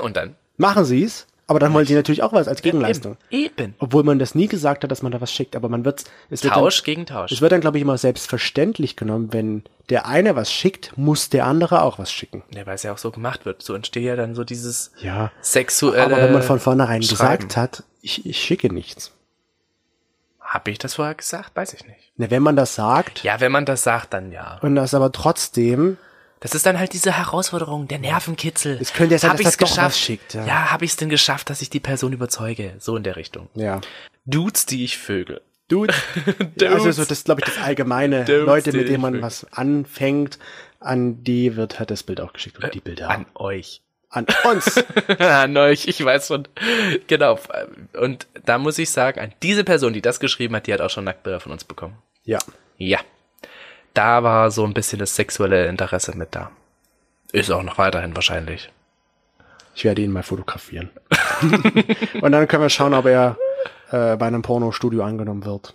Und dann. Machen sie's, aber dann wollen sie natürlich auch was als Gegenleistung. Eben. eben. Obwohl man das nie gesagt hat, dass man da was schickt, aber man wird's. Es wird Tausch Dann, gegen Tausch. es wird dann, glaube ich, immer selbstverständlich genommen, wenn der eine was schickt, muss der andere auch was schicken. Ja, weil es Ne, ja auch so gemacht wird. So entsteht ja dann so dieses Ja. Äh, sexuelle. Aber wenn man von vornherein Schreiben. gesagt hat, ich, ich schicke nichts. Hab ich das vorher gesagt? Weiß ich nicht. Ne, wenn man das sagt Ja, wenn man das sagt, dann ja. und das aber trotzdem Das ist dann halt diese Herausforderung, der Nervenkitzel. Es könnte ja sein, Hab dass ich's das doch was geschafft? schickt, Ja, ja. hab ich's denn geschafft, dass ich die Person überzeuge? So in der Richtung. Ja. Dudes, die ich vögel. Du, Dudes. also so das glaube ich das allgemeine Dudes, Leute, die mit denen man ich was anfängt, an die wird halt das Bild auch geschickt oder die Bilder Äh, An euch. an uns. an euch, ich weiß schon. Genau. Und da muss ich sagen, an diese Person, die das geschrieben hat, die hat auch schon Nacktbilder von uns bekommen. Ja, Ja. Da war so ein bisschen das sexuelle Interesse mit da. Ist auch noch weiterhin wahrscheinlich. ich werde ihn mal fotografieren. Und dann können wir schauen, ob er äh, bei einem Pornostudio angenommen wird.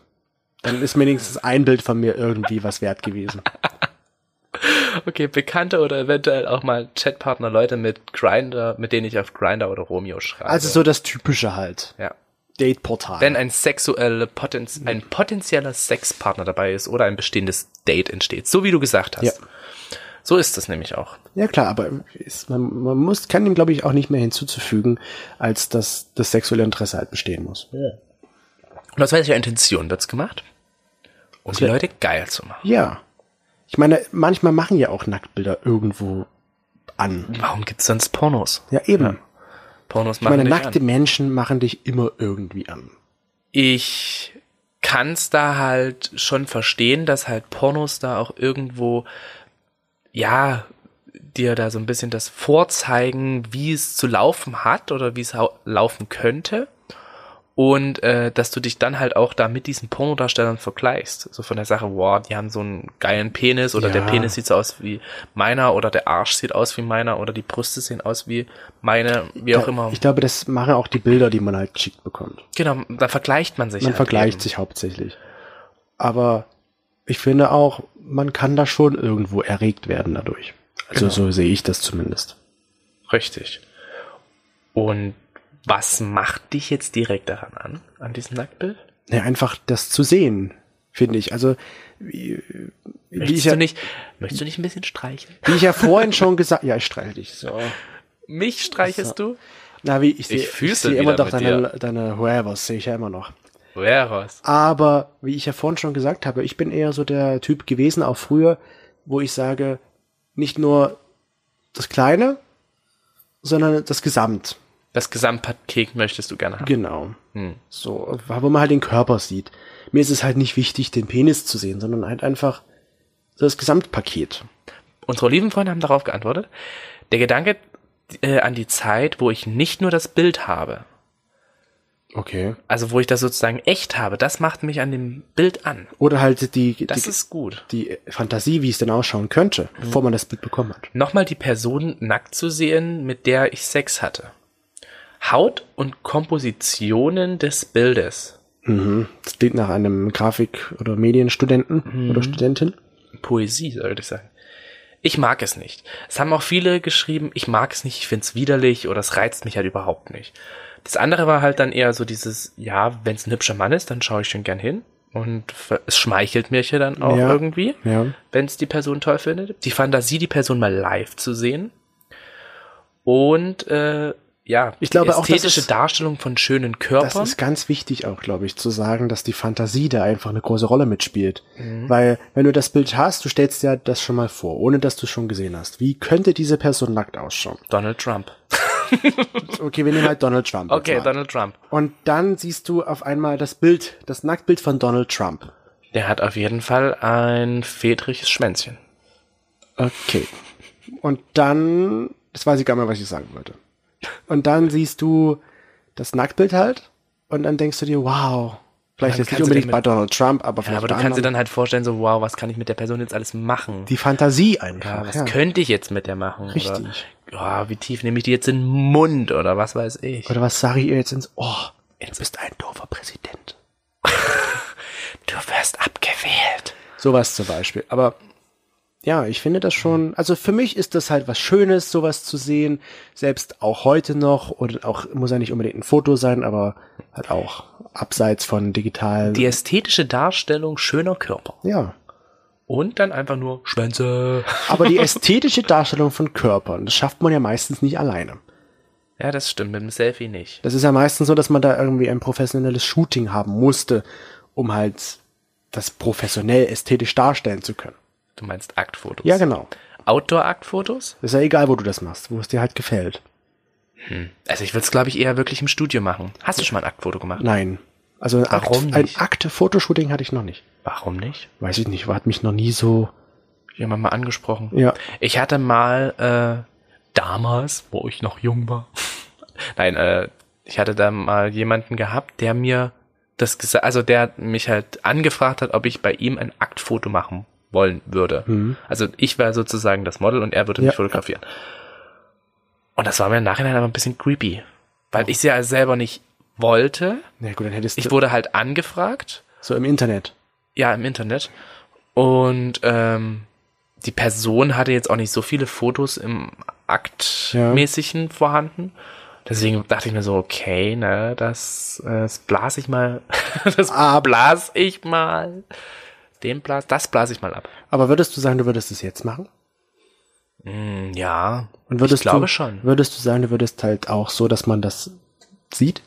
Dann ist wenigstens ein Bild von mir irgendwie was wert gewesen. Okay, Bekannte oder eventuell auch mal Chatpartner, Leute mit Grinder, mit denen ich auf Grinder oder Romeo schreibe. Also so das typische halt. ja. Dateportal. Wenn ein sexuelle Potenz ein potenzieller Sexpartner dabei ist oder ein bestehendes Date entsteht, so wie du gesagt hast. Ja. So ist das nämlich auch. Ja klar, aber ist, man, man muss, kann ihm glaube ich auch nicht mehr hinzuzufügen, als dass das sexuelle Interesse halt bestehen muss. Und aus welcher Intention wird's gemacht? Um die wär- Leute geil zu machen. Ja. Ich meine, manchmal machen ja auch Nacktbilder irgendwo an. Warum gibt's sonst Pornos? Ja, eben. Pornos Ich machen meine, dich nackte an. Menschen machen dich immer irgendwie an. Ich kann's da halt schon verstehen, dass halt Pornos da auch irgendwo, ja, dir da so ein bisschen das vorzeigen, wie es zu laufen hat oder wie es hau- laufen könnte. Und äh, dass du dich dann halt auch da mit diesen Pornodarstellern vergleichst. So von der Sache, wow, die haben so einen geilen Penis oder Ja. der Penis sieht so aus wie meiner oder der Arsch sieht aus wie meiner oder die Brüste sehen aus wie meine, wie auch Ja, immer. Ich glaube, das machen auch die Bilder, die man halt geschickt bekommt. Genau, da vergleicht man sich. Man halt vergleicht eben. sich hauptsächlich. Aber ich finde auch, man kann da schon irgendwo erregt werden dadurch. Genau. Also so sehe ich das zumindest. Richtig. Und was macht dich jetzt direkt daran an, an diesem Nacktbild? Ja, einfach das zu sehen, finde ich. Also wie, wie, Möchtest, ich ja, du nicht, möchtest du nicht ein bisschen streicheln? wie ich ja vorhin schon gesagt, ja, ich streichle dich. So. Mich streichelst Na, wie ich sehe, ich, fühl's sehe dann immer wieder doch mit deine, deine Whoever's, sehe ich ja immer noch. du? Veros. Aber wie ich ja vorhin schon gesagt habe, ich bin eher so der Typ gewesen, auch früher, wo ich sage, nicht nur das Kleine, sondern das Gesamt. Das Gesamtpaket möchtest du gerne haben. Genau. Hm. So, wo man halt den Körper sieht. Mir ist es halt nicht wichtig, den Penis zu sehen, sondern halt einfach so das Gesamtpaket. Unsere Olivenfreunde haben darauf geantwortet. Der Gedanke äh, an die Zeit, wo ich nicht nur das Bild habe, Okay. also wo ich das sozusagen echt habe, das macht mich an dem Bild an. Oder halt die, die, Das ist Hm. gut. die Fantasie, wie es denn ausschauen könnte, bevor man das Bild bekommen hat. nochmal die Person nackt zu sehen, mit der ich Sex hatte. Haut und Kompositionen des Bildes. Mhm. Das klingt nach einem Grafik- oder Medienstudenten oder Studentin. Poesie, sollte ich sagen. Ich mag es nicht. Es haben auch viele geschrieben, ich mag es nicht, ich find's widerlich oder es reizt mich halt überhaupt nicht. Das andere war halt dann eher so dieses, ja, wenn es ein hübscher Mann ist, dann schaue ich schon gern hin. Und ver- es schmeichelt mir ja dann auch Ja. irgendwie. Ja. wenn es die Person toll findet. Die Fantasie, die Person mal live zu sehen. Und äh, ja, Ich glaube die auch, das ästhetische ist- Darstellung von schönen Das Körpern. ist ganz wichtig auch, glaube ich, zu sagen, dass die Fantasie da einfach eine große Rolle mitspielt. Weil, wenn du das Bild hast, du stellst dir das schon mal vor, ohne dass du es schon gesehen hast. Wie könnte diese Person nackt ausschauen? Donald Trump. Okay, wir nehmen halt Donald Trump. jetzt Okay, mal. Donald Trump. Und dann siehst du auf einmal das Bild, das Nacktbild von Donald Trump. Der hat auf jeden Fall ein fedriges Schwänzchen. Okay. Und dann, das weiß ich gar nicht mehr, was ich sagen wollte. Und dann siehst du das Nacktbild halt und dann denkst du dir, wow, vielleicht Ja, jetzt kannst nicht du unbedingt dir bei mit- Donald Trump, aber Ja, vielleicht aber du bei kannst dir anderen. dann halt vorstellen, so, wow, was kann ich mit der Person jetzt alles machen? die Fantasie ja, einfach. was könnte ich jetzt mit der machen? Richtig. Oder, oh, wie tief nehme ich die jetzt in den Mund oder was weiß ich? Oder was sage ich ihr jetzt ins Ohr? Du bist ein doofer Präsident. Du wirst abgewählt. Sowas zum Beispiel. Aber ja, ich finde das schon, also für mich ist das halt was Schönes, sowas zu sehen. Selbst auch heute noch und auch muss ja nicht unbedingt ein Foto sein, aber halt auch abseits von digitalen. Die ästhetische Darstellung schöner Körper. ja. Und dann einfach nur Schwänze. Aber die ästhetische Darstellung von Körpern, das schafft man ja meistens nicht alleine. Ja, das stimmt, mit dem Selfie nicht. Das ist ja meistens so, dass man da irgendwie ein professionelles Shooting haben musste, um halt das professionell ästhetisch darstellen zu können. Du meinst Aktfotos. Ja, genau. Outdoor-Aktfotos? Ist ja egal, wo du das machst, wo es dir halt gefällt. Also ich würde es, glaube ich, eher wirklich im Studio machen. Hast du schon mal ein Aktfoto gemacht? Nein. Also ein, Warum Akt, ein nicht? Akte-Fotoshooting hatte ich noch nicht. Warum nicht? Weiß ich nicht, war- hat mich noch nie so. Jemand mal angesprochen. Ja. Ich hatte mal äh, damals, wo ich noch jung war. Nein, äh, ich hatte da mal jemanden gehabt, der mir das gesagt, also der mich halt angefragt hat, ob ich bei ihm ein Aktfoto machen wollen würde. Also ich war sozusagen das Model und er würde Ja. mich fotografieren. Und das war mir im Nachhinein aber ein bisschen creepy, weil ich es ja selber nicht wollte. Na gut, dann hättest Ich du wurde halt angefragt so im Internet. ja, im Internet. Und ähm, die Person hatte jetzt auch nicht so viele Fotos im Ja. Aktmäßigen vorhanden. Deswegen dachte ich mir so, okay, ne, das, äh, das blas ich mal. das Ah. blas ich mal. Den blas, das blas ich mal ab. Aber würdest du sagen, du würdest es jetzt machen? Hm, ja. Und ich würdest glaube du, schon. Würdest du sagen, du würdest halt auch so, dass man das sieht?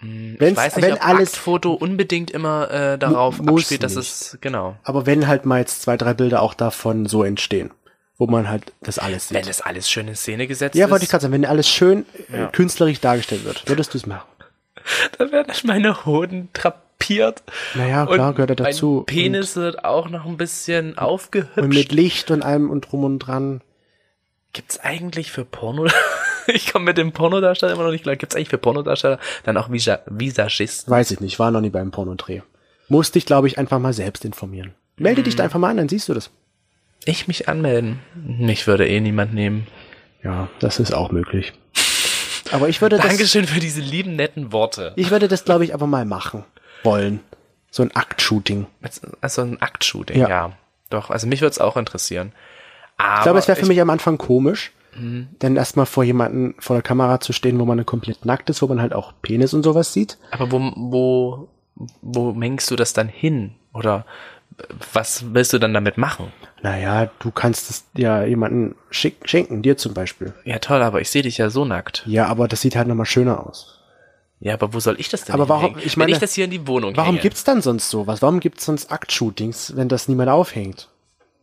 Wenn's, Wenn's- ich weiß nicht, wenn ob alles- Foto unbedingt immer äh, darauf Mu- muss abspielt, dass nicht. es genau. Aber wenn halt mal jetzt zwei, drei Bilder auch davon so entstehen, wo man halt das alles Wenn sieht. das alles schöne Szene gesetzt Ja, ist, wollte ich gerade sagen, wenn alles schön äh, Ja. künstlerisch dargestellt wird, würdest du es machen. dann werden meine Hoden trapiert. Naja, klar, Und gehört er dazu. Mein Penis wird auch noch ein bisschen Und, und mit aufgehübscht. Licht und allem und drum und dran. Gibt's eigentlich für Porno? ich komme mit dem Pornodarsteller immer noch nicht klar. Gibt's eigentlich für Pornodarsteller dann auch Visa Visagisten? Weiß ich nicht, war noch nie beim Pornodreh. Musste ich, glaube ich, einfach mal selbst informieren. Melde Mhm. dich da einfach mal an, dann siehst du das. Ich mich anmelden? Mich würde eh niemand nehmen. Ja, das ist auch möglich. Aber ich würde das, Dankeschön für diese lieben netten Worte. ich würde das, glaube ich, einfach mal machen wollen. So ein Akt-Shooting. Also ein Akt-Shooting, ja. Ja. Doch, also mich würde es auch interessieren. Aber Mhm. Ich glaube, es wäre für mich am Anfang komisch, dann erstmal vor jemanden vor der Kamera zu stehen, wo man dann komplett nackt ist, wo man halt auch Penis und sowas sieht. Aber wo, wo, wo mengst du das dann hin? Oder was willst du dann damit machen? Naja, du kannst es ja jemanden schick, schenken, dir zum Beispiel. Ja, toll, aber ich sehe dich ja so nackt. Ja, aber das sieht halt nochmal schöner aus. Ja, aber wo soll ich das denn Aber warum- hinhängen? ich meine, Wenn ich das hier in die Wohnung Warum hänge? gibt's dann sonst sowas? Warum gibt's sonst Akt-Shootings, wenn das niemand aufhängt?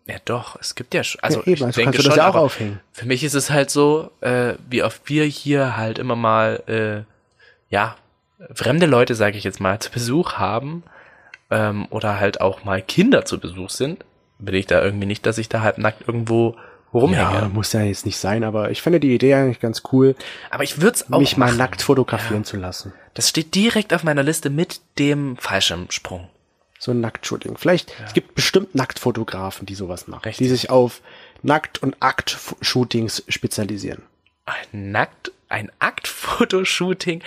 Ja, doch, es gibt ja schon. Also, eben, ich also denke kannst du das schon, ja auch aber aufhängen. Für mich ist es halt so, äh, wie oft wir hier halt immer mal, äh, ja, fremde Leute, sage ich jetzt mal, zu Besuch haben ähm, oder halt auch mal Kinder zu Besuch sind, will ich da irgendwie nicht, dass ich da halt nackt irgendwo rumhänge. Ja, muss ja jetzt nicht sein, aber ich finde die Idee eigentlich ganz cool, Aber ich würde es auch mich mal machen. nackt fotografieren zu lassen. Das steht direkt auf meiner Liste mit dem Fallschirmsprung. So ein Nacktshooting. Vielleicht, es gibt bestimmt Nacktfotografen, die sowas machen, Richtig. die sich auf Nackt- und Akt-Shootings spezialisieren. Ein Nackt, ein Aktfotoshooting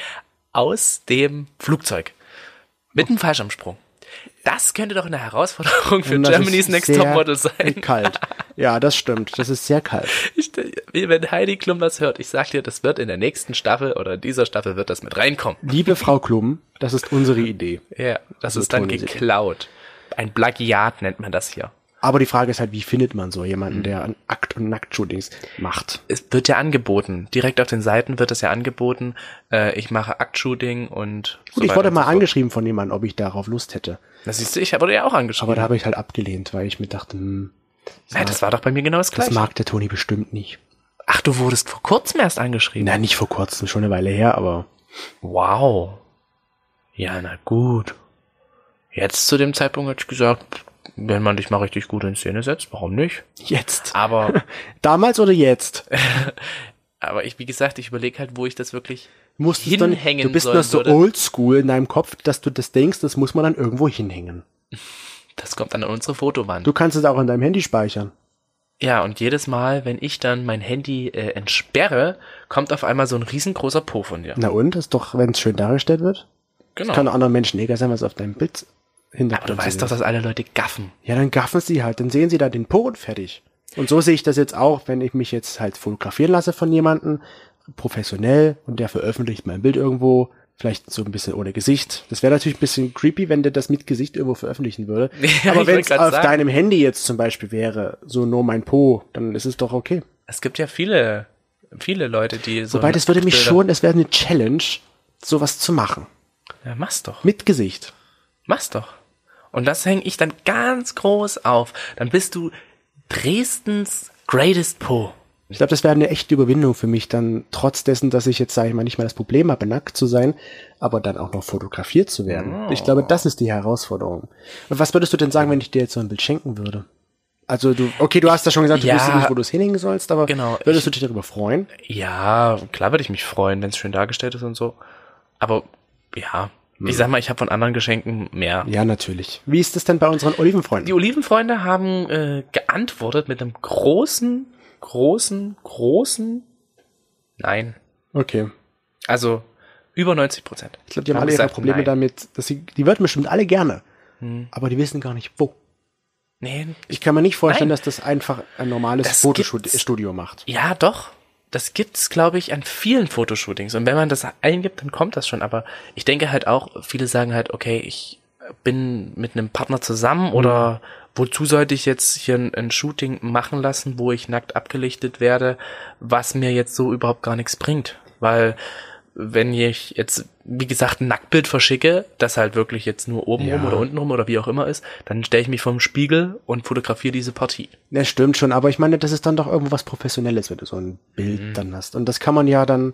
aus dem Flugzeug. Mit einem Fallschirmsprung. Das könnte doch eine Herausforderung für Und das Germany's ist Next sehr Top Model sein. Kalt. Ja, das stimmt. Das ist sehr kalt. Ich, wenn Heidi Klum das hört, ich sag dir, das wird in der nächsten Staffel oder in dieser Staffel wird das mit reinkommen. Liebe Frau Klum, das ist unsere Idee. Ja, das So ist dann tun sie. geklaut. Ein Plagiat nennt man das hier. Aber die Frage ist halt, wie findet man so Mhm. jemanden, der an Akt- und Nacktshootings macht? es wird ja angeboten. Direkt auf den Seiten wird es ja angeboten. Äh, ich mache Aktshooting und. Gut, ich wurde mal angeschrieben von jemandem, ob ich darauf Lust hätte. Das siehst du, ich wurde ja auch Aber angeschrieben. da habe ich halt abgelehnt, weil ich mir dachte, hm, ja, das war doch bei mir genau das das gleiche. mag der Toni bestimmt nicht. Ach, du wurdest vor kurzem erst angeschrieben. Na, nicht vor kurzem, schon eine Weile her, aber Wow. Ja, na gut. Jetzt zu dem Zeitpunkt hätte ich gesagt, wenn man dich mal richtig gut in Szene setzt, warum nicht? jetzt. Aber, Damals oder jetzt? aber ich, wie gesagt, ich überlege halt, wo ich das wirklich. Du musst es dann- Hinhängen Du bist sollen noch so würde. oldschool in deinem Kopf, dass du das denkst, das muss man dann irgendwo hinhängen. Das kommt dann an unsere Fotowand. Du kannst es auch in deinem Handy speichern. Ja, und jedes Mal, wenn ich dann mein Handy äh, entsperre, kommt auf einmal so ein riesengroßer Po von dir. Na und, ist doch, wenn es schön dargestellt wird, Genau. Ne, kann anderen Menschen egal sein, was auf deinem Bild Aber hintergrund du weißt zu doch, sehen dass alle Leute gaffen. ist. Ja, dann gaffen sie halt, dann sehen sie da den Po und fertig. Und so sehe ich das jetzt auch, wenn ich mich jetzt halt fotografieren lasse von jemandem, professionell, und der veröffentlicht mein Bild irgendwo, vielleicht so ein bisschen ohne Gesicht. Das wäre natürlich ein bisschen creepy, wenn der das mit Gesicht irgendwo veröffentlichen würde. Ja, ich Aber wenn wollte es grad auf sagen. deinem Handy jetzt zum Beispiel wäre, so nur mein Po, dann ist es doch okay. Es gibt ja viele, viele Leute, die so. Wobei, das würde mich Bilder- schon, es wäre eine Challenge, sowas zu machen. Ja, mach's doch. Mit Gesicht. Mach's doch. Und das hänge ich dann ganz groß auf. Dann bist du Dresdens greatest Po. Ich glaube, das wäre eine echte Überwindung für mich, dann trotz dessen, dass ich jetzt, sage ich mal, nicht mal das Problem habe, nackt zu sein, aber dann auch noch fotografiert zu werden. Ich glaube, das ist die Herausforderung. Und was würdest du denn sagen, wenn ich dir jetzt so ein Bild schenken würde? Also du, okay, du hast ja schon gesagt, du Ja. wüsstest nicht, wo du es hinhängen sollst, aber Genau, würdest du dich darüber freuen? Ja, klar würde ich mich freuen, wenn es schön dargestellt ist und so. Aber ja, ich sag mal, ich habe von anderen Geschenken mehr. Ja, natürlich. Wie ist es denn bei unseren Die Olivenfreunden? Olivenfreunde haben äh, geantwortet mit einem großen, großen, großen Nein. Okay. Also über 90 Prozent. Ich glaube, die haben alle ihre Probleme damit, dass sie, die würden bestimmt alle gerne, Hm. aber die wissen gar nicht, wo. Nee, Ich kann mir nicht vorstellen, Nein. dass das einfach ein normales Das gibt's. Fotostudio macht. ja, doch. Das gibt's, glaube ich, an vielen Fotoshootings. Und wenn man das eingibt, dann kommt das schon. Aber ich denke halt auch, viele sagen halt, okay, ich bin mit einem Partner zusammen Mhm. oder wozu sollte ich jetzt hier ein, ein Shooting machen lassen, wo ich nackt abgelichtet werde, was mir jetzt so überhaupt gar nichts bringt. Weil wenn ich jetzt, wie gesagt, ein Nacktbild verschicke, das halt wirklich jetzt nur oben rum Ja. oder unten rum oder wie auch immer ist, dann stelle ich mich vorm Spiegel und fotografiere diese Partie. Ja, stimmt schon, aber ich meine, das ist dann doch irgendwo was Professionelles, wenn du so ein Bild Mhm. dann hast. Und das kann man ja dann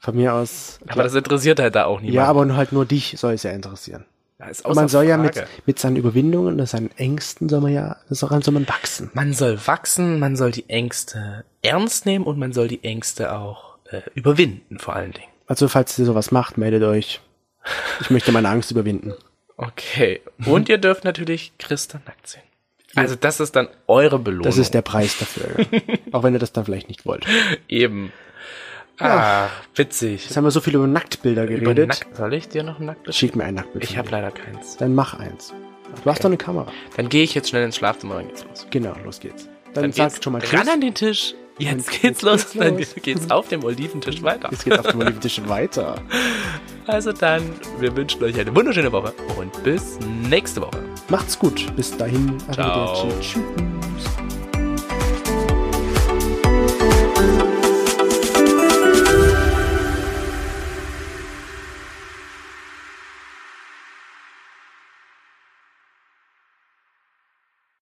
von mir aus. Aber das interessiert halt da auch niemand. ja, aber nur halt nur dich soll es ja interessieren. ist Und außer man soll ja mit, Frage. mit seinen Überwindungen und seinen Ängsten soll man ja, daran soll man wachsen. Man soll wachsen, man soll die Ängste ernst nehmen und man soll die Ängste auch äh, überwinden, vor allen Dingen. Also, falls ihr sowas macht, meldet euch. Ich möchte meine Angst überwinden. Okay. Und ihr dürft natürlich Christa nackt sehen. Also das ist dann eure Belohnung. Das ist der Preis dafür. ja. Auch wenn ihr das dann vielleicht nicht wollt. eben. Ah, witzig. Jetzt haben wir so viel über Nacktbilder Über geredet. Nackt- Soll ich dir noch ein nacktes? Schick mir ein Nacktbild. Ich von habe dir. leider keins. Dann mach eins. Du hast doch eine Kamera. Dann gehe ich jetzt schnell ins Schlafzimmer und geht's los. Genau, los geht's. Dann, geht's sag schon mal ran Tschüss. an den Tisch. Jetzt Und geht's jetzt los. geht's Dann los. geht's auf dem Oliventisch weiter. Jetzt geht's auf dem Olympischen weiter. Also dann, wir wünschen euch eine wunderschöne Woche und bis nächste Woche. Macht's gut. Bis dahin. Ciao. Arrivederci. Tschüss.